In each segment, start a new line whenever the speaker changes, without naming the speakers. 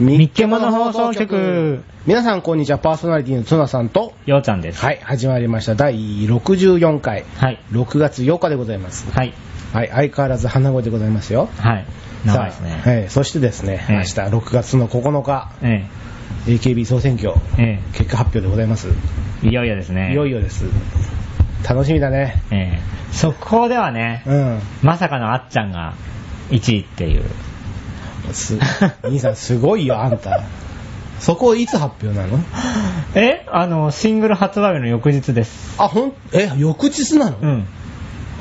み
っけもの放送局。
皆さん、こんにちは。パーソナリティのツナさんと、
ようちゃんです。
はい、始まりました。第64回、
はい。
6月8日でございます。
はい。
はい、相変わらず鼻声でございますよ。
はい。長いです
さあ
ね。
ええそしてですね、
ええ
明日6月の9日、
え
AKB 総選挙、
え。え
結果発表でございます。
え。いよいよですね。
いよい
よ。
よです。楽しみだね。
ええ。速報ではね、
うん。
まさかのあっちゃんが1位っていう。
す兄さん、すごいよ、あんた。そこいつ発表なの
えあの、シングル発売日の翌日です。
あ、ほん、え、翌日なの、
うん。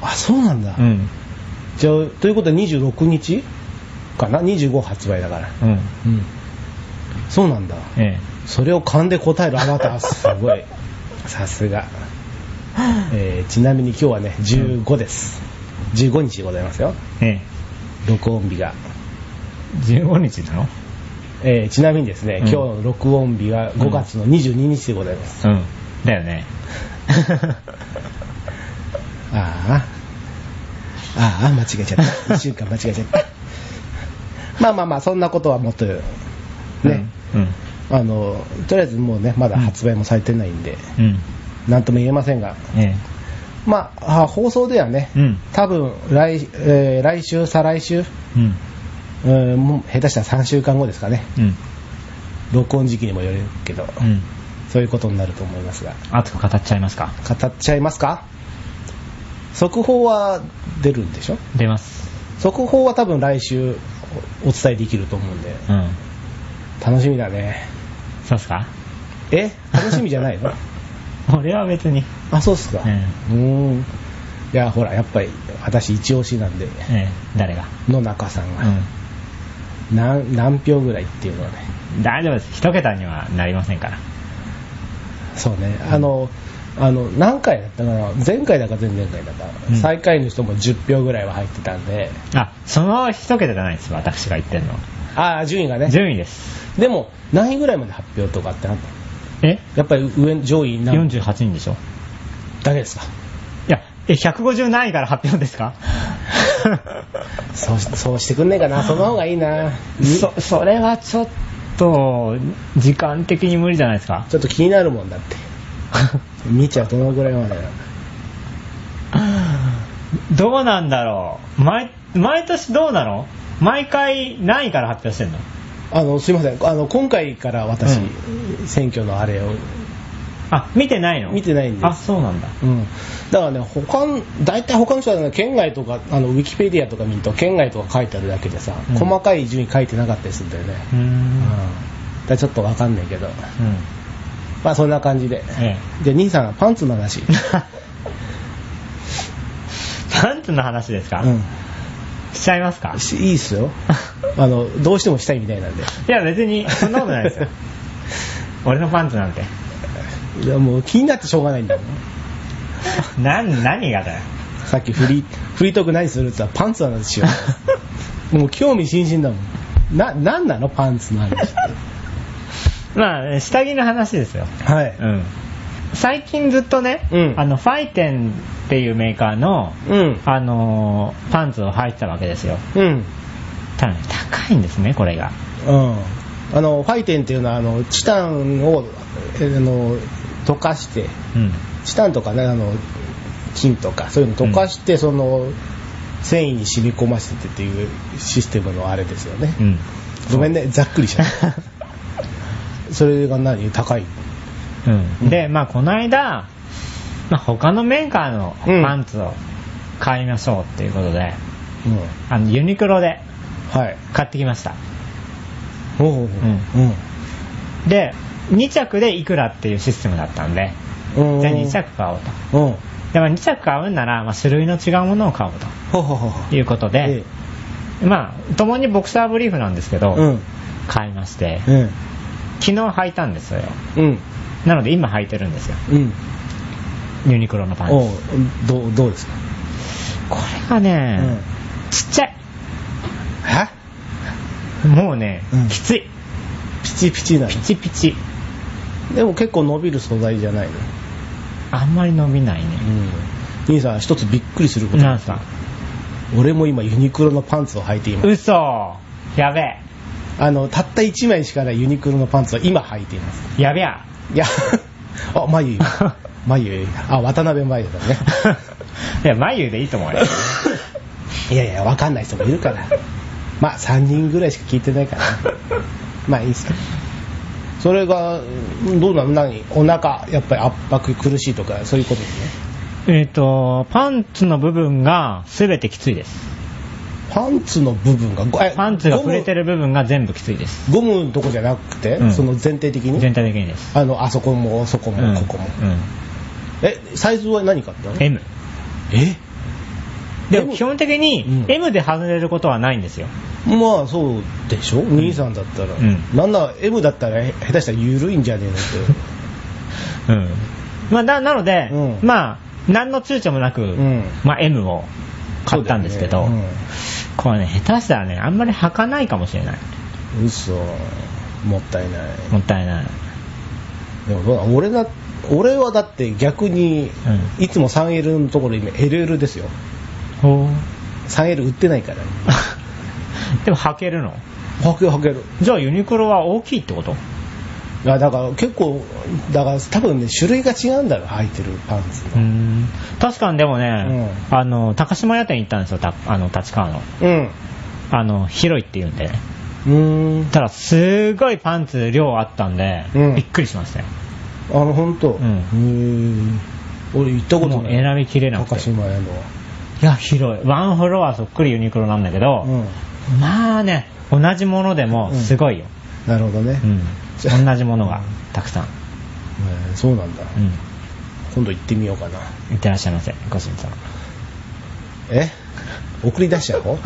あ、そうなんだ。
うん。
じゃあ、ということは26日かな ?25 発売だから。
うん。
うん。そうなんだ。
え
それを勘で答えるあなた、すごい。 さすが。えーちなみに今日はね、15です。15日でございますよ。
え。ええ。
録音日が。
15日なの
えーちなみにですね、
う
今
ん
日の録音日は5月の22日でございます。
うん。だよ ね。
ああ。ああ、間違えちゃった。1週 間間違えちゃった。まあまあまあ、そんなことはもっと、ね。
うん。
あのとりあえずもうねまだ発売もされてないんで、
うん。うん。
なんとも言えませんが、
え
まあ、あ放送ではね、
え。うん。
多分来,、えー来週、再来週、
うん。
うんもう下手したら3週間後ですかね、
うん。
録音時期にもよるけど、
うん。
そういうことになると思いますが、
熱く語っちゃいますか。
語っちゃいますか、速報は出るんでしょ、
出ます。
速報は多分来週おお伝えできると思うんで、
うん。
楽しみだね、
そうっすか
え楽しみじゃない の
俺は別に。
あ、そうっすか。
え
うーん。いや、ほら、やっぱり、私、一押しなんで、
えええ誰が。
野中さんが、何、何票ぐらいっていうのはね、
うん。大丈夫です。一桁にはなりませんから。
そうね、あの、あの、何回だったかな、前回だか前々回だか、
うん
最下位の人も10票ぐらいは入ってたんで、
あ、その一桁じゃないです。私が言ってるのは。
ああ、順位がね、
順位です。
でも、何位ぐらいまで発表とかってあったの
え
やっぱり上、上位何
?48 人でしょ
だけですか。
いや、え、150何位から発表で すか
そうし、そうしてくんねえか な、その方がいいな。
そ、それはちょっと、時間的に無理じゃないですか。
ちょっと気になるもんだ って。見ちゃうどのぐらいまでなの
どうなんだろう。毎、毎年どうなの毎回何位から発表してんの
あのすいませんあの今回から私、
う
選挙のあれを、
あ、見てないの
見てないんです
あ、そうなんだ。
うん、だからね他の大体他の人は、ね、県外とかあのウィキペディアとか見ると県外とか書いてあるだけでさ、
うん
細かい順位書いてなかったりするんだよね、
うー
うんんだからちょっとわかんないけど
うん。
まあそんな感じで、
ええ。
で兄さんパンツの 話
パンツの話ですか、
う
しちゃいますか
んしいいっすよあのどうしてもしたいみたいなんで
いや別に そんなことないですよ俺のパンツなんて
いやもう気になってしょうがないんだもん
なん何がだよ
さっきフリーフリートーク何するって言ったらパンツの 話しようもう興味津々だもんな何なのパンツの話って
まあ下着の話ですよ
は
う、ん最近ずっとね、
うん
あのファイテンっていうメーカーの、
うん
あのーパンツを履いてたわけですよ
うん
ただね高いんですねこれが
うんあのファイテンっていうのはあのチタンをえーあの溶かして
うん
チタンとかねあの金とかそういうの溶かして、その繊維に染み込ませてっていうシステムのあれですよね、
うん
ごめんねざっくりしち ゃったそれが何高い
うん、で、まあ、この間、まあ、他のメーカーの
うん
パンツを買いましょうっていうことで、
うん
あのユニクロで
はい
買ってきました
おうおうおううん
で2着でいくらっていうシステムだったんで
うん
じゃあ2着買おうと
うん
で、まあ、2着買うんなら、まあ、種類の違うものを買おう
ほうほうほうほう
ということで
え、
まあ共にボクサーブリーフなんですけど、
うん
買いまして
うん
昨日履いたんですよ
うん
なので今履いてるんですよ
うん
ユニクロのパンツ
おうどうどうですか
これがね、ちっちゃい
は
もうね、
うん
きつい
ピチピチな
ピチピチ
のでも結構伸びる素材じゃないの
あんまり伸びないね、
兄さん一つびっくりすること
なんすか
俺も今ユニクロのパンツを履いています
嘘やべえ
あの、たった1枚しかないユニクロのパンツを今履いています。
やべ や。
いや、 あ、眉毛。眉毛。あ、渡辺眉毛だね。
いや、眉でいいと思うよ。
いやいや、わかんない人もいるから。まあ、3人ぐらいしか聞いてないからね。まあ、いいっすけど。それが、うんどうなの何お腹、やっぱり圧迫苦しいとか、そういうことですね。
えっと、パンツの部分が全てきついです。
パンツの部分が、ごえ
パンツが触れてる部分が全部きついです。
ゴム。ゴムのとこじゃなくて、
うん
その全体的に
全体的にです。
あの、あそこも、そこ
うん
も、ここも。
う
え、サイズは何買ったの
ん。M。
え
で
M
も基本的
う
に
ん
M で外れることはないんですよ。
まあそうでしょ、兄さんだったら、
うん
なんなら M だったらへ下手したら緩いんじゃねえのっ
うん。まあ、ななので、
うん
まあ、何の躊躇もなく、
ん
まあ、M を買ったんですけど、
そうだよね
これね、下手したらね、あんまり履かないかもしれない。
て、うそ、もったいない、
もったいない。
でもどうだ俺だ俺はだって逆に、いつも 3L のところ、今、LL ですよ、
ほう
3L 売ってないから、
でも履けるの
履ける履ける、
じゃあユニクロは大きいってこと
いやだから結構、だから多分ね、種類が違うんだろう、履いてるパンツ
う
の。
ん確かにでもね、あの高島屋店行ったんですよたあの立川の
うん
あの広いっていうんでね
うーん
ただすごいパンツ量あったんで、
うん
びっくりしましたよ
あの本当、
うん
へー俺行ったこと
もう
ない
選びきれなくて
高島屋の
いや広いワンフロアそっくりユニクロなんだけど、
うん
まあね同じものでもすごいよ、
なるほどね、
うん
じ ゃあ
同じものがたくさん、
えーそうなんだ、
うん、
今度行ってみようかない
ってらっしゃいませご主人様
え送り出しちゃおう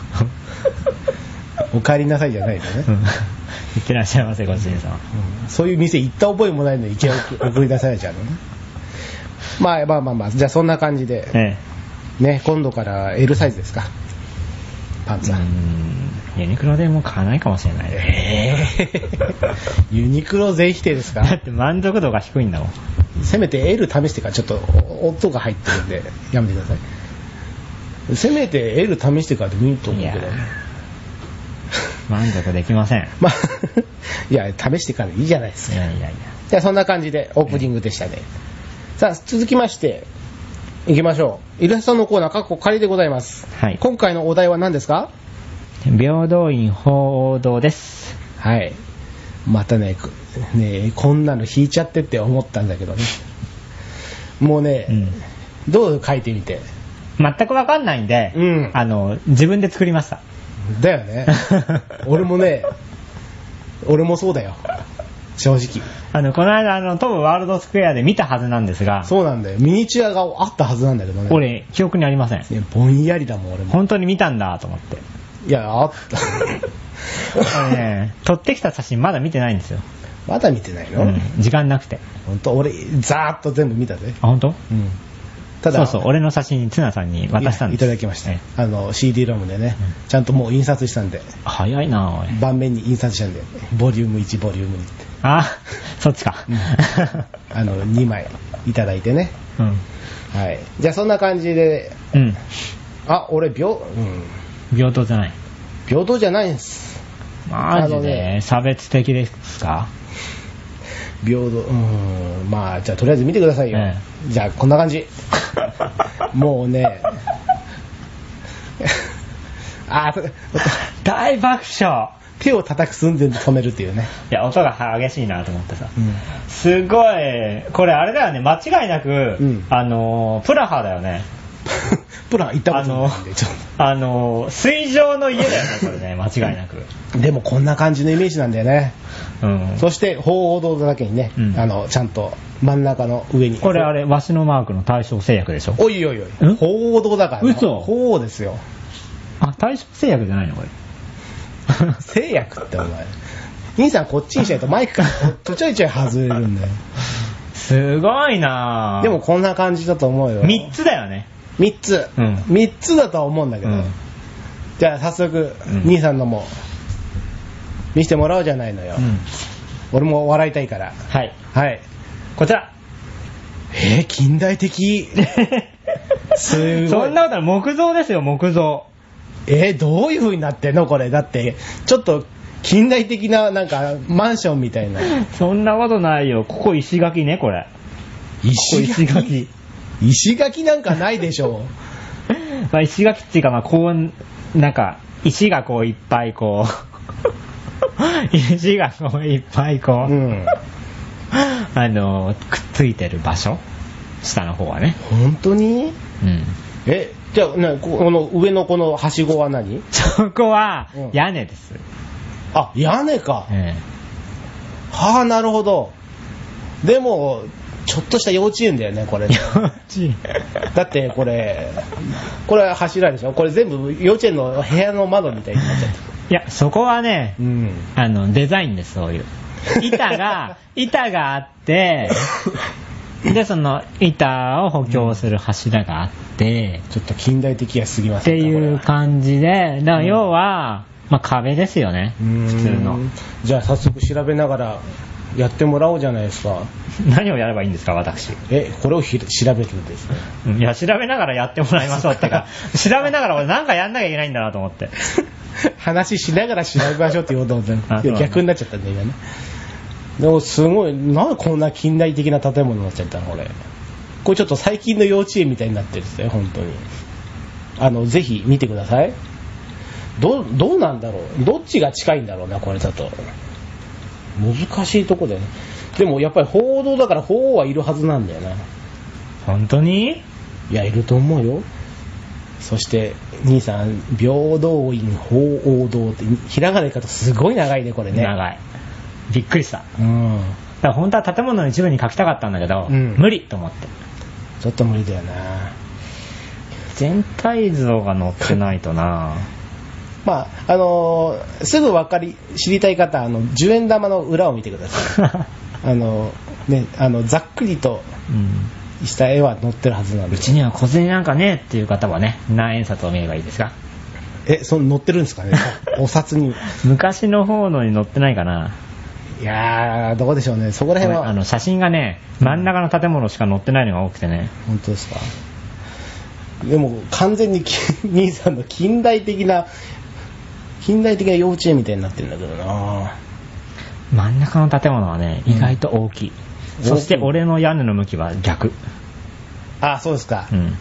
お帰りなさいじゃないのね、
うん いってらっしゃいませご主人様
うんそういう店行った覚えもないのに行き送り出されちゃうのねまあまあまあまあじゃあそんな感じで、
え
ね今度から L サイズですかパン
え
ツ
う
は、
んユニクロでも買わないかもしれない
えーユニクロ全否定ですか
だって満足度が低いんだもん
せめて L 試してからちょっと音が入ってるんでやめてくださいせめて L 試してからでもいいと思う
い
け
や
ど
満足できません
まあ いや試してからでいいじゃないです
い
か
やいやいや
じゃあそんな感じでオープニングでしたねさあ続きまして行きましょうイラストのコーナー過去仮でございます
はい
今回のお題は何ですか
平等院報道です
はいまたねくねこんなの引いちゃってって思ったんだけどねもうね、
うん
どう書いてみて
全くわかんないんで、
うん
あの自分で作りました
だよ ね俺もね俺もそうだよ正直
あのこの間あのトムワールドスクエアで見たはずなんですが
そうなんだよミニチュアがあったはずなんだけどね
俺記憶にありません
ねぼんやりだもん俺も
本当に見たんだと思 って
いやあった
あのね撮ってきた写真まだ見てないんですよ、
まだ見てないの、
うん、時間なくて
本当俺ざーっと全部見たぜ、
あ本当
うん、ただ
そうそう俺の写真ツナさんに渡したんです
いただきました、
ええ
あの CD ロムでね、ちゃんともう印刷したんで
早いなおい
盤面に印刷したんでボリューム1ボリューム2って
あ そっちか
あの2枚いただいてね
うん
はいじゃあそんな感じで
うん
あ俺秒うん
平等じゃない
平等じゃないんです
マ
あの
ジ
ね
で差別的ですか
平等うーんまあじゃあとりあえず見てくださいよ、
え
じゃあこんな感 じもうねあー
大爆笑
手を叩く寸前で止めるっていうね、
いや音が激しいなと思ってさすごいこれあれだよね間違いなく、
うん
あのプラハだよね
プラン行ったことないん
あ
で
の
ちょっ
あの水上の家だよねこれね間違 いなく
とでもこんな感じのイメージなんだよね
うん
そして鳳凰堂だけにね、
うん
あのちゃんと真ん中の上に
これあれわしのマークの対象製薬でしょ
おいおいおい
ん
鳳凰堂だからね
嘘
鳳凰ですよ
あ対象製薬じゃないのこれ
製薬ってお前兄さんこっちにしないとマイクからちょいちょい外れるんだよ
すごいなぁ
でもこんな感じだと思うよ
3つだよね
3つ、
うん
3つだとは思うんだけど、
うん
じゃあ早速、
うん
兄さんのも見せてもらおうじゃないのよ、
うん
俺も笑いたいから
はい
はい
こちら
えー、近代 的 すごい
そんなことは木造ですよ木造
えー、どういう風になってんのこれだってちょっと近代的な、なんか、マンションみたいな。
そんなことないよ。ここ石垣ね、これ。ここ石垣。
石垣なんかないでしょ
まあ石垣っていうか、まあこう、なんか、石がこういっぱいこう、 石がこういっぱいこ
う。
う、
うん。
あの、くっついてる場所下の方はね。
本当に
うん。
え、じゃあ、なここの上のこのはしごは何
そこは
うん、
屋根です。
あ、屋根か。
え
はあ、なるほど。でも、ちょっとした幼稚園だよね、これ
え。。幼稚園。
だってこれ、これは柱でしょこれ全部幼稚園の部屋の窓みたいになっちゃった。
いや、そこはね
う、ん。
あの、デザインです、そういう。板が、板があって、で、その板を補強する柱があって、
ちょっと近代的やすぎま
って
せんか
いう
こ
感じで、だから要は、まあ壁ですよね、
れは
普通の
う。 んじゃあ早速調べながらやってもらおうじゃないですか。
何をやればいいんですか、私。
え、これをひ調べるんですね。
いや、調べながらやってもらいましょうっ てか、調べながら俺なんかやんなきゃいけないんだなと思って。
話しながら調べましょうって言おうと思った
あそ
の
うな
に
んだ
逆になっちゃったんだ今ね。でもすごい、なんでこんな近代的な建物になっちゃったのこれ。これちょっと最近の幼稚園みたいになってるんですね、本当に。あの、ぜひ見てください。どう、どうなんだろうどっちが近いんだろうな、これだと。難しいとこだよね。でもやっぱり報道だから法王はいるはずなんだよな。
本当に
いや、いると思うよ。そして、兄さん、平等院法王堂って、ひらがなで書くとすごい長いね、これね。
長い。びっくりした。
うん。
だから本当は建物の一部に書きたかったんだけど、
うん
無理と思って。
ちょっと無理だよな。
全体像が載ってない とな
まあ、あのーすぐわかり、知りたい方は、あの、10円玉の裏を見てください。あのーね、あの、ざっくりと
うん
した絵は載ってるはずなんで
う。ちには小銭なんかねえっていう方はね、何円札を見ればいいですか
え、その載ってるんですか ねお札に。
昔の方のに載ってないかない
やー、どうでしょうね。そこら
ごめ
辺
んあ
は、
の写真がね、真ん中の建物しか載ってないのが多くてね。
本当ですかでも完全にき兄さんの近代的な近代的な幼稚園みたいになってるんだけどな
真ん中の建物はね、意外と大きい。
うん
そして俺の屋根の向きは逆。
あそうですか、
うん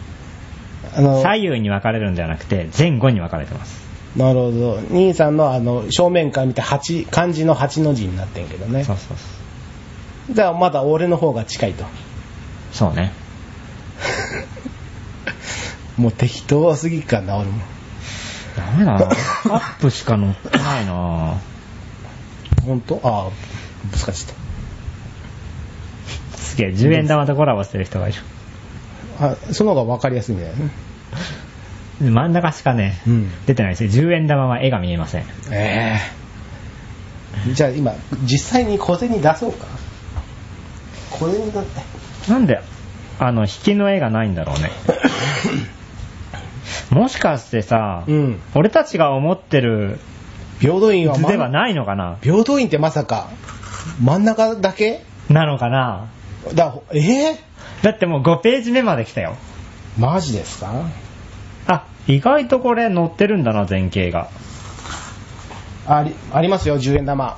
あのなる
左右に分かれるんじゃなくて、前後に分かれてます。
ほど兄さんのあの正面から見て八漢字の八の字になってんけどね
そうそうそう。
じゃあまだ俺の方が近いと
そうね。
もう適当すぎっかな俺も
ダメ だな。カップしか載ってないな
本当ああ難しいと
すげえ、10円玉とコラボしてる人がいる。
あその方が分かりやすいんだよね
真ん中しかね、
うん
出てないですよ。10円玉は絵が見えません。
ええじゃあ今実際に小銭出そうか小銭だって
なんで、あの、引きの絵がないんだろうね。もしかしてさ、
うん
俺たちが思ってる
平等院は
図
ま
ではないのかな
平等院ってまさか真ん中だけ
なのかな
だええ
だってもう5ページ目まで来たよ。
マジですか
あ、意外とこれ載ってるんだな、前景が。
ありありますよ10円玉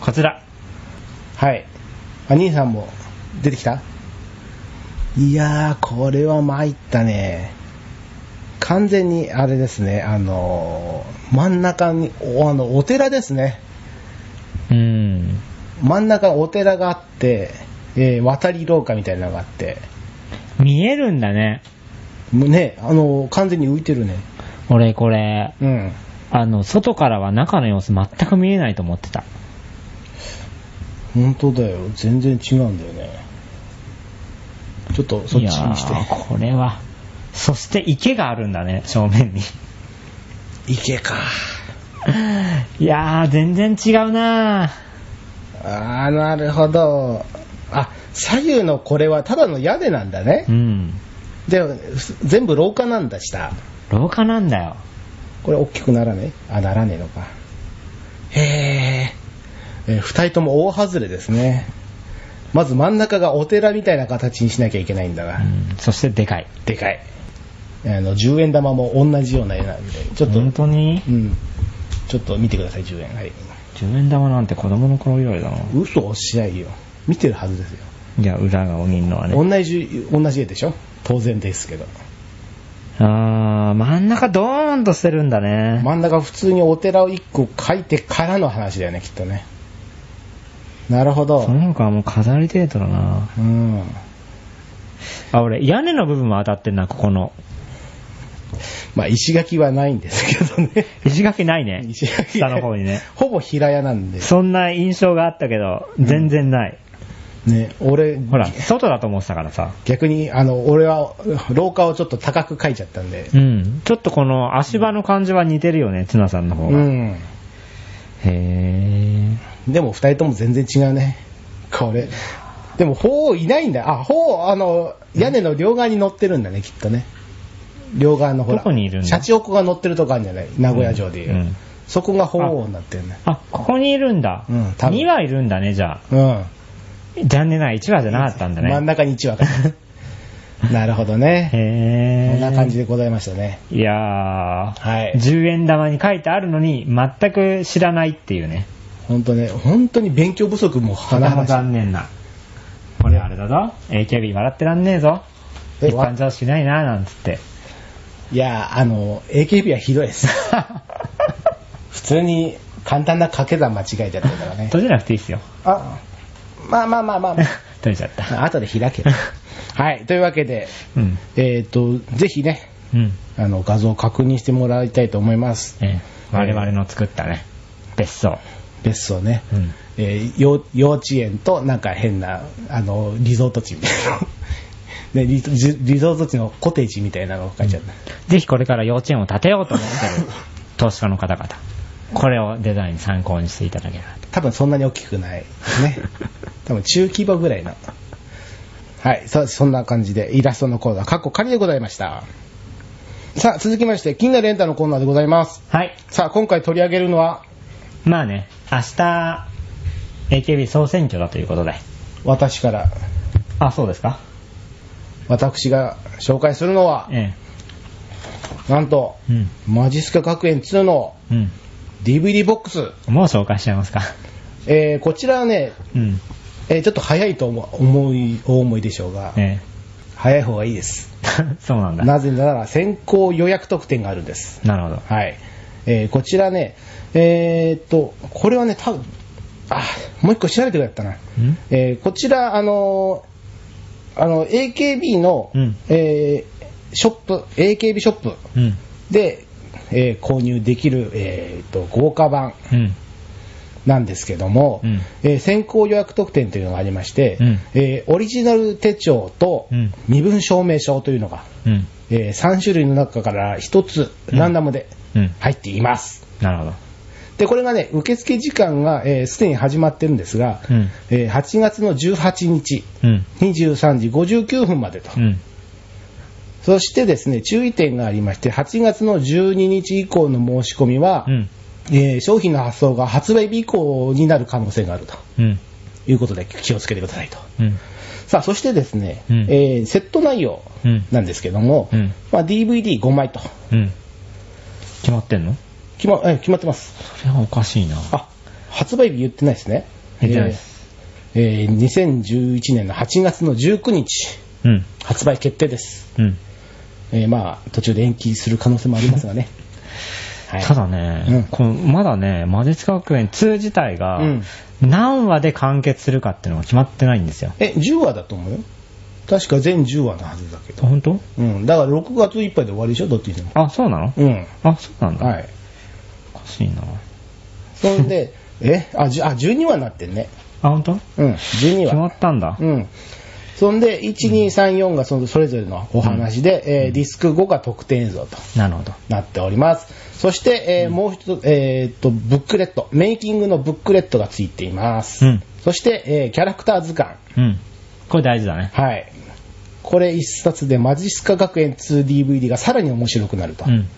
こちら。
はいあ兄さんも出てきたいやーこれは参ったね完全にあれですねあのー真ん中におあのお寺ですね
うーん。
真ん中お寺があって、えー渡り廊下みたいなのがあって、
見えるんだね。
もうね、あの、完全に浮いてるね。
俺これ、
うん。
あの、外からは中の様子全く見えないと思ってた。
本当だよ。全然違うんだよね。ちょっとそっちにして
い。やーこれは。そして池があるんだね、正面に。
池か。
いやー、全然違うな
あー、なるほど。あ、左右のこれはただの屋根なんだね
ー。う。ん。
で、ふす全部廊下なんだ、下。
廊下なんだよ。
これ大きくならねあ、ならねえのか。へえ。えー二人とも大外れですね。まず真ん中がお寺みたいな形にしなきゃいけないんだが、
うん、そしてでかい。
でかい。あの、10円玉も同じような絵なんで、ちょっと、
本当に
うん。ちょっと見てください、10円。はい。
10円玉なんて子供の頃以来だな。
嘘をしないよ。見てるはずですよ。
いや、裏が鬼のはね。
同じ、同じ絵でしょ当然ですけど。
あー、真ん中ドーンとしてるんだね。
真ん中普通にお寺を一個描いてからの話だよね、きっとね。なるほど
そ。の他はもう飾り程度だな。
うん。
あ、俺、屋根の部分も当たってんな、ここの。
まあ、石垣はないんですけど ね。
石垣ないね。
石垣
下の方にね。
ほぼ平屋なんで。
そんな印象があったけど、全然ない。
ね、俺、
ほら、外だと思ってたからさ。
逆に、あの、俺は、廊下をちょっと高く描いちゃったんで。
うん。ちょっとこの足場の感じは似てるよね、ツナさんの方
う
が。
ん。
へ
でも二人とも全然違うね。これ。でも、ほういないんだ。あ、ほう、あの、屋根の両側に乗ってるんだね、きっとね。両側のほら。
どこにいるんだ
シャチホコが乗ってるとこあるんじゃない名古屋城でいう。
うんうん
そこがほうになってるね
ー。。あ、ここにいるんだ。
うん多分
2羽いるんだね、じゃあ。
うん。
残念ながら1羽じゃなかったんだね。
真ん中に1羽か。 なるほどね。こ
へー。
んな感じでございましたね。
いやー、
はい
10円玉に書いてあるのに、全く知らないっていうね。
本当ね、本当に勉強不足も
と
甚
ても
だしい。
残念な。これあれだぞ。AKB 笑ってらんねえぞ。
え
一般常識ないな、なんつって。
いや、あの、AKB はひどい です。普通に簡単な掛け算間違えちゃったからね。
閉じなくていいっすよ。
あ、まあまあまあまあ、
閉じちゃった。
まあ、 後で開ける。 はい、というわけで、
うん。
えっ、と、ぜひね、
うん。
あの、画像を確認してもらいたいと思います。
ええ我々の作ったね、別荘。
別荘ね。
うん。
えー幼幼稚園となんか変な、あの、リゾート地みたいなの。ね、 リゾリゾート地のコテージみたいなのを書いちゃった。
ぜひこれから幼稚園を建てようと思って る投資家の方々。これをデザイン参考にしていただければと。
多分そんなに大きくない。 ね。多分中規模ぐらいな。はい。さあ、そんな感じでイラストのコーナー、カッコ仮でございました。さあ、続きまして、金のレンタのコーナーでございます。
はい。
さあ、今回取り上げるのは、
まあね、明日、AKB 総選挙だということで。
私から、
あ、そうですか
私が紹介するのは、
え
なんと、
え。うん。
マジスカ学園2の
うん。
DVD ボックス。
もう紹介しちゃいますか。
えー、こちらはね、
うん。
えーちょっと早いと思う、思い、お思いでしょうが、
え
早い方がいいです。
え。そうなんだ。
なぜなら先行予約特典があるんです。
なるほど。
はい。えーこちらね、えーっと、これはね、多分あ、もう一個調べてくれたな。
ん
えーこちら、あのーあの、AKB の、
うん
えーショップ、AKB ショップ
うん。
で、えー購入できる、えーっと、豪華版
うん。
なんですけども、
うん
えー先行予約特典というのがありまして、
うん
えーオリジナル手帳と
うん
身分証明書というのが、
うん。
え3種類の中から1つランダムで
うん。
入っています。
なるほど。
で、これがね、受付時間がすで、えー既に始まってるんですが、
うん
えー8月の18日、
うん。
23時59分までと、
うん。
そしてですね、注意点がありまして、8月の12日以降の申し込みは、
うん。
えー商品の発送が発売日以降になる可能性があると
うん。
いうことで気をつけてくださいと。
うん。
さあ、そしてですね、
うん
えーセット内容
うん
なんですけども、
うん
まあ、DVD5 枚と
うん。決まってんの
決ま,、えー決まってます。
それはおかしいな。
あ、発売日言ってないですね。
言ってないです
えー2011年の8月の19日、
うん。
発売決定です。
うん。
えーまあ、途中で延期する可能性もありますが ね。はい、
ただね、
うん
このまだね、魔術学園2自体が
うん、
何話で完結するかっていうのが決まってないんですよ。
え、10話だと思うよ。確か全10話のはずだけ
あ
ど。
本当
うん。だから6月いっぱいで終わりでしょ、どっちにでも。
あ、そうなの、
うん。
あ、そうなんだ。
はい。
おかしいな。
そんで、 えあ、じゅあ、12話になってんね。
あ、本当
うん、12
決ま
話。
ったんだ。
うん。そんで、1、2、3、4がそのそれぞれのお話で、えーディスク5が特典映像と。
なるほど。
なっております。そして、えーもう一つ、えーっと、ブックレット、メイキングのブックレットがついています。
うん。
そして、えーキャラクター図鑑。
うん。これ大事だね。
はい。これ一冊でマジスカ学園 2DVD がさらに面白くなると。
うん。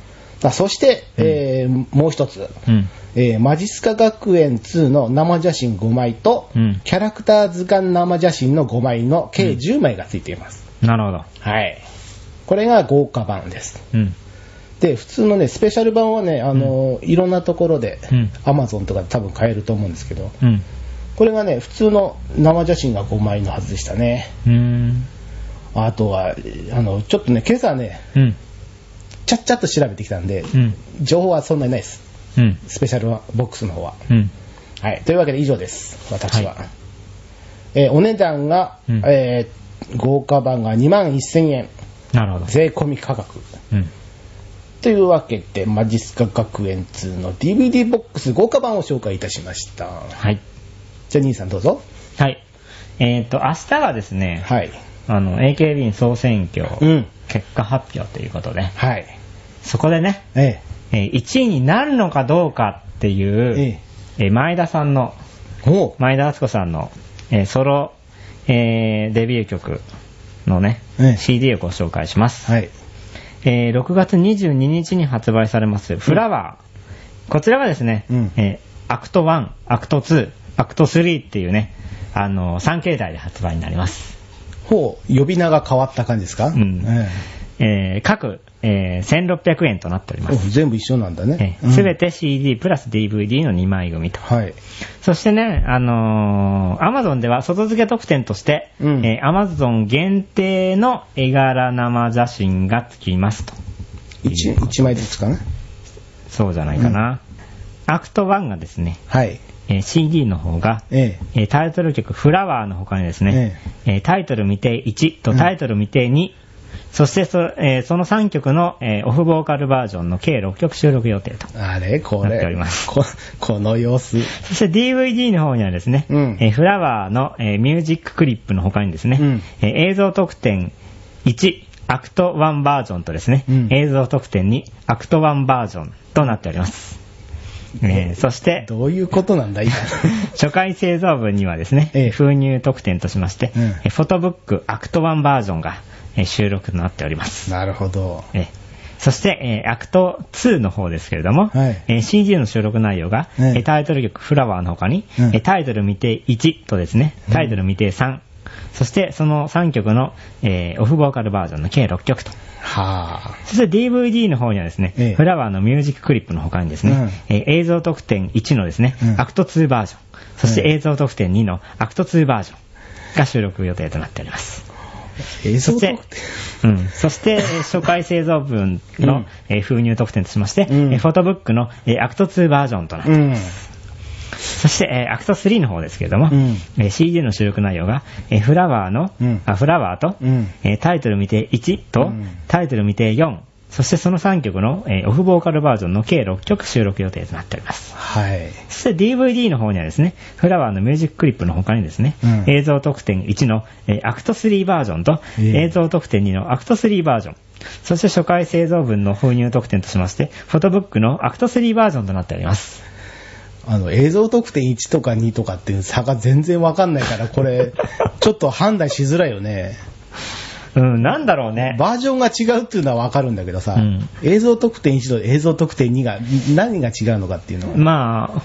だそして、えーもう一つ、
うん。
えーマジスカ学園2の生写真5枚と、
うん
キャラクター図鑑生写真の5枚の計10枚がついています。
なるほど。
はい。これが豪華版です。
うん。
で、普通のね、スペシャル版はね、あの、いろんなところで
うん、
アマゾンとかで多分買えると思うんですけど、
うん。
これがね、普通の生写真が5枚のはずでしたね。
うーん。
あとは、あの、ちょっとね、今朝ね、
うん。
ちゃっちゃっと調べてきたんで、
うん。
情報はそんなにないです。
うん。
スペシャルボックスの方は。
うん。
はい。というわけで以上です。私は。
は
えーお値段が、
うん
えー豪華版が2万1000円。
なるほど。
税込み価格。
うん。
というわけで、マジスカ学園2の DVD ボックス豪華版を紹介いたしました。
はい。
じゃあ、兄さんどうぞ。
はい。えっ、と、明日がですね、
はい。
あの、AKB 総選挙、
うん。
結果発表ということで、
はい。
そこでね、
え
え1位になるのかどうかっていう、
え
えー前田さんの、
え。おう。
前田敦子さんの、えーソロ、えーデビュー曲のね、
ええ
CD をご紹介します。
はい。
えー6月22日に発売されます、フラワー。こちらはですね、
うん
えーアクト1、アクト2、アクト3っていうね、あの3形態で発売になります。
ほう、呼び名が変わった感じですか
うん
え
えー各、えー1600円となっており
え
ま
お
す。
全部一緒なんだ
え
ね。
ーすべ
て。
て CD プラス DVD の2枚組と。
はい。
そしてね、あのー、Amazon では外付け特典として、
うん
えー Amazon 限定の絵柄生写真がつきますと。
一一枚ずつかな。
そうじゃないかな。アクト1がですね、
はい。
えー CD の方が、
ええ。
えータイトル曲フラワーの他にですね、えータイトル未定1と
うん
タイトル未定2、そしてそ,、えーその3曲の、えーオフボーカルバージョンの計6曲収録予定と。
あれこ
なってお
れ
ります
こ。この様子。
そして DVD の方にはですね、
うん
えーフラワーの、えーミュージッククリップの他にですね、
うん
えー映像特典1、アクト1バージョンとですね、
うん
映像特典2、アクト1バージョンとなっております。えーそして、
どういうことなんだ、 今。
初回製造分にはですね、
ええ
封入特典としまして、
うん
えーフォトブックアクト1バージョンが、えー収録となっております。
なるほど。
えーそして、えーアクト2の方ですけれども、
はい
えー CD の収録内容が、
ええ
えータイトル曲フラワーの他に、
うん
えータイトル未定1とですね、タイトル未定3、そしてその3曲の、えーオフボーカルバージョンの計6曲と。
はあ。
そして DVD の方にはですね、
ええ
フラワーのミュージッククリップの他にですね、えー映像特典1のですね、
うん
アクト2バージョン、そし
うん
て映像特典2のアクト2バージョンが収録予定となっております。
映像
そして
特典、
うん、そして、えー初回製造分
う
の
ん、
えー封入特典としまして、
うん
えーフォトブックの、えーアクト2バージョンとなって、
うん。
そして、えーアクト3の方ですけれども、
うん
えー CD の収録内容が、えーフラワーの、
うん
あフラワーと、
うん
えータイトル未定1と、
うん
タイトル未定4、そしてその3曲の、えーオフボーカルバージョンの計6曲収録予定となっております。
はい。
そして DVD の方にはですね、フラワーのミュージッククリップの他にですね、
うん
映像特典1の、えーアクト3バージョンと、
ええ
映像特典2のアクト3バージョン、そして初回製造分の封入特典としまして、フォトブックのアクト3バージョンとなっております。
あの、映像特典1とか2とかっていう差が全然わかんないから、こ れ、ちょっと判断しづらいよね。
うん、なんだろうね。
バージョンが違うっていうのはわかるんだけどさ、
うん
映像特典1と映像特典2が何が違うのかっていうのは。
まあ、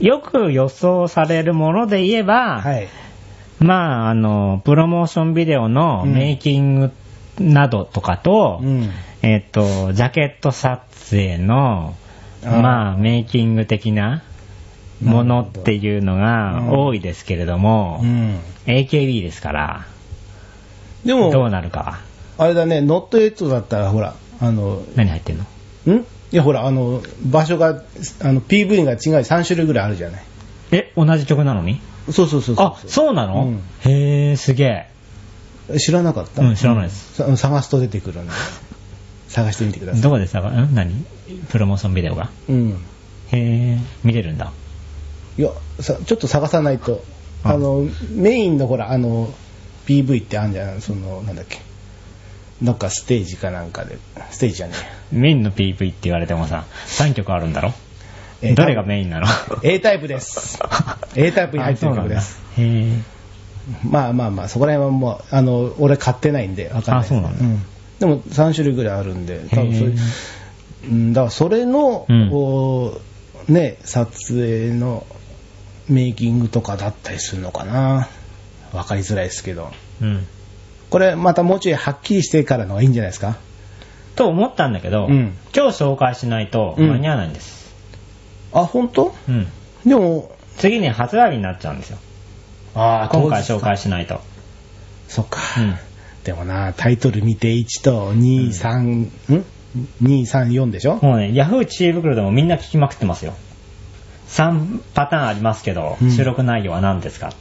よく予想されるもので言えば、
はい。
まあ、あの、プロモーションビデオの
うん
メイキングなどとかと、
うん。
えっ、と、ジャケット撮影の、
あー
まあ、メイキング的なものっていうの
なる
が
ほど
多いですけれども、
うん。
AKB ですから、
で
どう
も、
なるかは。
あれだね、ノットエットだったら、ほら、あの、
何入ってんの
んいやほら、あの、場所が、あの、PV が違う3種類ぐらいあるじゃない。
え、同じ曲なのに
そうそうそうそう。
あ、そうなの、
うん
へー、すげえ。
知らなかった、
うん、知らないです。
さ探すと出てくるんで。探してみてください。
どこでさ、ん何プロモーションビデオが。
うん。
へー、見れるんだ。
いや、さちょっと探さないと。
あ
あの、メインのほら、あの、PV ってあるじゃん。その、なんだっけ。なんかステージかなんかで。ステージじゃね
メインの PV って言われてもさ、3曲あるんだろ
えや。
どれがメインなの
A タイプです。A タイプに入ってる曲です。
あ。そうなんだへー
まあまあまあ、そこら辺はもう、あの、俺買ってないんで、わかんないです。
あそうなんだ
でも3種類ぐらいあるんで、多分それ
へ、
うん、だからそれの、
うん
こうね、撮影のメイキングとかだったりするのかな。わかりづらいですけど。
うん。
これまたもうちょいはっきりしてからのがいいんじゃないですか
と思ったんだけど、
うん
今日紹介しないと間に合わないんです。
あ、本当？
うん。
でも、
次に初ラリーになっちゃうんですよ。
あー
今回紹。
当日か
介しないと。
そっか。
うん
でもな、タイトル見て1と2、3、ん ?2、3、4でしょ
もうね、ヤフー知恵袋でもみんな聞きまくってますよ。3パターンありますけど、
うん
収録内容は何ですか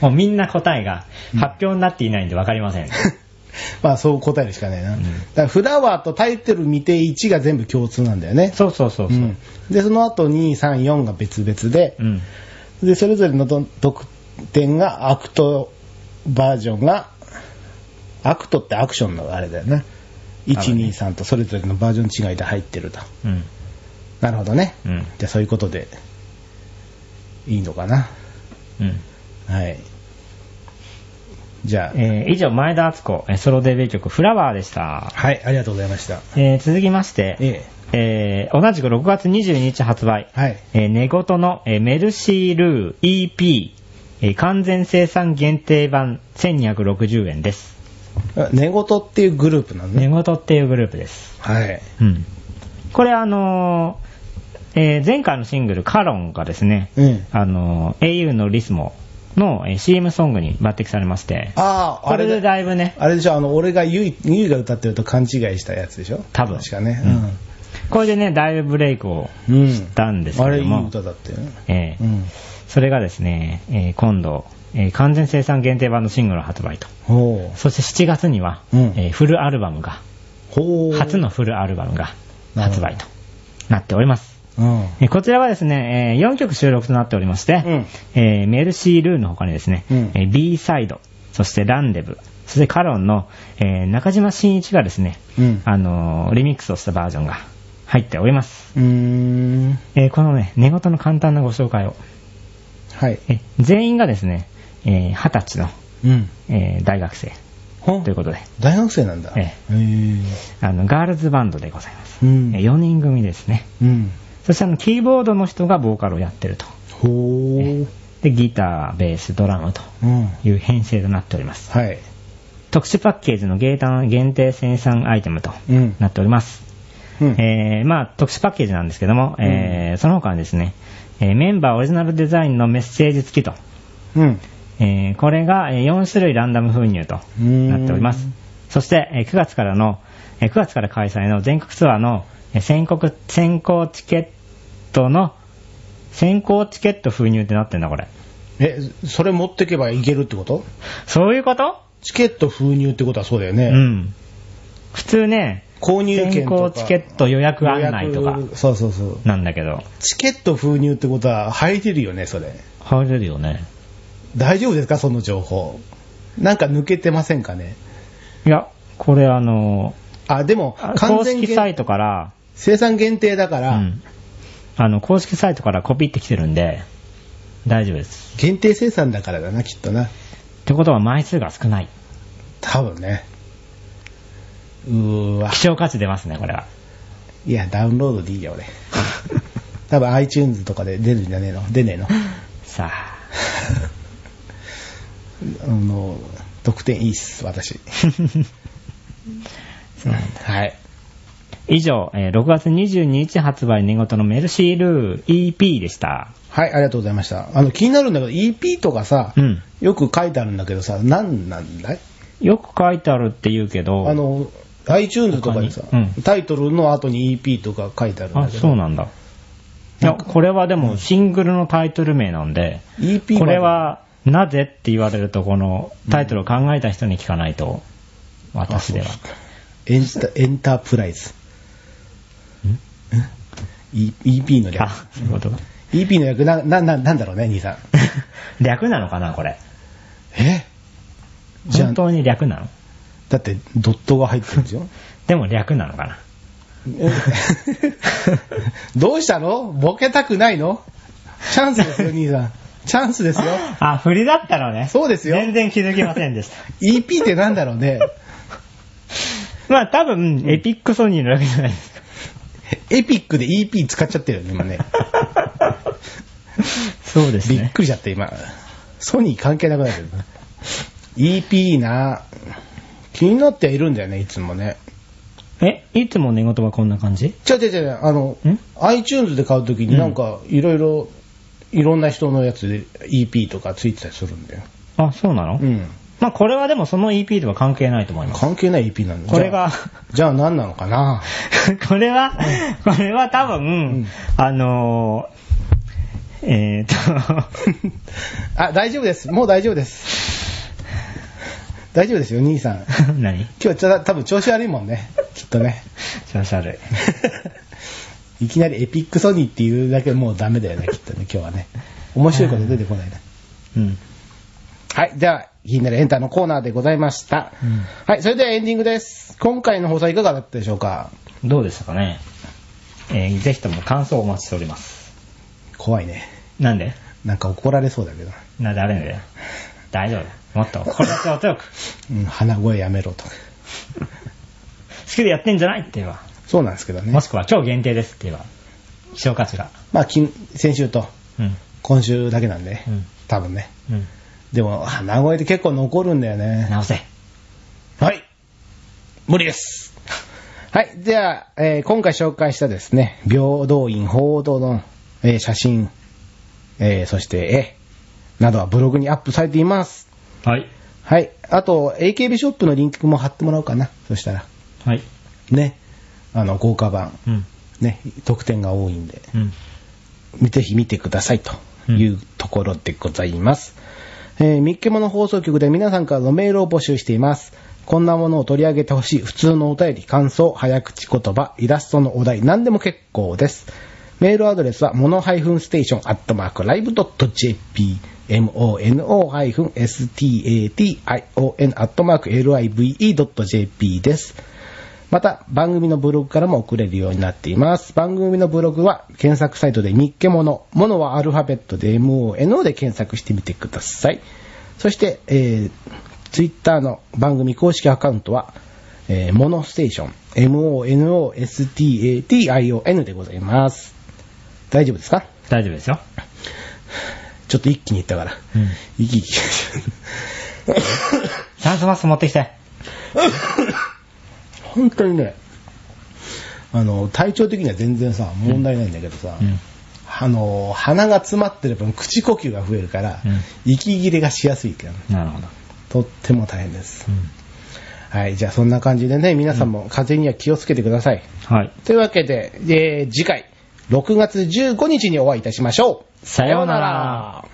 もうみんな答えが発表になっていないんで分かりません。
まあそう答えるしかないな。
うん
だからフラワーとタイトル未定1が全部共通なんだよね。
そうそうそうそう。
ん、で、その後2、3、4が別々で、
うん。
で、それぞれのど得点がアクトバージョンが、アクトってアクションのあれだよね。
あ
1、
のね
2、3とそれぞれのバージョン違いで入ってると。
うん。
なるほどね。
うん
じゃあそういうことで、いいのかな。
うん。
はい。じゃあ、
えー以上、前田敦子、えーソロデビュー曲、フラワーでした。
はい、ありがとうございました。
えー続きまして、
え
えー同じく6月22日発売、
はい
えー寝言の、えーメルシールー EP、えー完全生産限定版1260円です。
あ寝言っていうグループなの
寝
ね。
言っていうグループです。
はい。
うん。これあのーえー前回のシングル、カロンがですね、
うん。
あのー au のリスモの、えー CM ソングに抜擢されまして、
ああ、
こ
あ
れ
れ
で
だ。
だいぶね、
あれでしょ、あの、俺がゆい、ゆいが歌ってると勘違いしたやつでしょ
多分
確かね。
これでね、だいぶブレイクを
うん。うん。
たんですけども
あれいい歌だったよね。
えー
うん。
それがですね、えー今度、えー完全生産限定版のシングル発売と。
ほう。
そして7月には、
うん
えーフルアルバムが、
ほう。
初。のフルアルバムが
なるほ
発
ど
売となっております。
うん。
えーこちらはですね、4曲収録となっておりまして、
うん
えーメルシールーの他にですね、
うん
えー B サイド、そしてランデブ、そしてカロンの、えー中島真一がですね、
うん。
あのーリミックスをしたバージョンが入っております。
うーん。
えーこのね、寝言の簡単なご紹介を。
はい。
え全員がですね、えー20歳の、
うん。
えー大学生
ほ
ということで、
大学生なんだ。
え
え。へ
あのガールズバンドでございます。
え。う
え
ん。
4人組ですね。
うん。
そしてあのキーボードの人がボーカルをやってると。
ほ
え
う。
で、ギター、ベース、ドラムと
うん。
いう編成となっております。
はい。
特殊パッケージのゲーター限定生産アイテムと
うん。
なっております。
うん。
えーまあ特殊パッケージなんですけども、えーその他はですね、えーメンバーオリジナルデザインのメッセージ付きと、
うん。
えーこれがえー4種類ランダム封入となっております
うーん。
そして、えー9月からの、えー9月から開催の全国ツアーのえー先行、先行チケットの、先行チケット封入ってなってんだ、これ。
え、それ持ってけばいけるってこと
そういうこと
チケット封入ってことはそうだよね。
うん。普通ね、
購入
先
券と
行
か。
チケット予約案内とか
予約そうそうそう。
なんだけど、
チケット封入ってことは入れるよね、それ。
入れるよね。
大丈夫ですか、その情報。なんか抜けてませんかね。
いや、これあの、
あ、でも、完
公
全
式サ
限
イトから、
生産限定だか
う
ら、
ん、あの、公式サイトからコピってきてるんで、大丈夫です。
限定生産だからだな、きっとな。
ってことは枚数が少ない。
多分ね。うーわ
希。少価値出ますね、これは。
いや、ダウンロードでいいや、 俺。多分 iTunes とかで出るんじゃねえの出ねえの
さあ。
あの、得点いいっす、 私。はい。
以上、えー6月22日発売年ごとのメルシールー EP でした。
はい、ありがとうございました。あの、気になるんだけど、EP とかさ、
うん。
よく書いてあるんだけどさ、何なんだい
よく書いてあるって言うけど、
あの、iTunes とかにさ、
他にうん
タイトルの後に EP とか書いてあるんだ
あ、
け
そう
ど、
なんだ。いや、これはでもシングルのタイトル名なんで、
EP
これはなぜって言われると、このタイトルを考えた人に聞かないと、私では。
エンタエンタープライズ。ん E- ?EP の
あ、
略。
そういう ことか。
EP の略、な、な、ななんだろうね、兄さん。
略なのかな、これ。
えじゃあ
本、当に略なの
だってドットが入ってるんですよ。
でも略なのかな。
え どうしたのボケたくないのチャンスですよ、兄さん。チャンスですよ。
あ、振りだったのね。
そうですよ
全然気づきませんでした。
EP ってなんだろうね。
まあ多分、エピックソニーのわけじゃないですか。
エピックで EP 使っちゃってるよね、今ね。
そうです
びっ
ね。
くりしちゃって、今。ソニー関係なくなるけどね EP な気になってはいるんだよね、いつもね。
え、いつも寝言はこんな感じ
違う違う違う、あの
ん、
iTunes で買うとき
う
に
ん
なんか、いろいろ、いろんな人のやつで EP とかついてたりするんだよ。
あ、そうなの、
うん。
まあこれはでもその EP とは関係ないと思います。
関係ない EP なんだ
これが
じゃあじゃあ何なのかな
これは、これは多分、
ん
あのー、えー、っと、
あ、大丈夫です。もう大丈夫です。大丈夫ですよ、兄さん。
何
今日ちょ多分調子悪いもんね。きっと ね。
調子悪い。
いきなりエピックソニーっていうだけもうダメだよね、きっとね、今日はね。面白いこと出てこないな。
うん。
はい、じゃあ、気になるエンタのコーナーでございました。
うん
はい、それではエンディングです。今回の放送いかがだったでしょうか
どうでしたかねえー、ぜひとも感想をお待ちしております。
怖いね。
なんで
なんか怒られそうだけど。
な、誰だよ。大丈夫だよ。もっと、心持ちを強く、好
うん、鼻声やめろと。
きでやってんじゃないって言えば、
そうなんですけどね
も。しくは今日限定ですって言えば、希少価値が。
まあ、き先週と
うん。
今週だけなんで、
うん
多分ね。
うん。
でも、鼻声って結構残るんだよね。
直せ。
はい。無理です。はい。では、えー今回紹介したですね、平等院報道の、えー写真、えーそして絵などはブログにアップされています。
はい。
はい。あと、AKB ショップのリンクも貼ってもらおうかな。そしたら、
はい。
ね。あの、豪華版、
うん。
ね、特典が多いんで、
うん。
ぜひ見てくださいというところでございます。えー、みっけもの放送局で皆さんからのメールを募集しています。こんなものを取り上げてほしい、普通のお便り、感想、早口言葉、イラストのお題、何でも結構です。メールアドレスは、モノハイフンステーションアットマークライブドット JP、mono-station アットマーク live.jp です。また、番組のブログからも送れるようになっています。番組のブログは、検索サイトで日ケモノ、モノはアルファベットで MONO で検索してみてください。そして、えー、Twitter の番組公式アカウントは、えー、モノステーション、MONOSTATION でございます。大丈夫ですか
大丈夫ですよ。
ちょっと一気にいったから。
うん。
一気に。
酸素マスク持ってきて。
本当にね、あの、体調的には全然さ、問題ないんだけどさ、
うん。
あの、鼻が詰まってる分、口呼吸が増えるから、
うん
息切れがしやすいから、
なるほど。
とっても大変です
う。ん。
はい、じゃあそんな感じでね、皆さんも風邪には気をつけてください。
はい。
というわけで、えー次回、6月15日にお会いいたしましょう。
さようなら。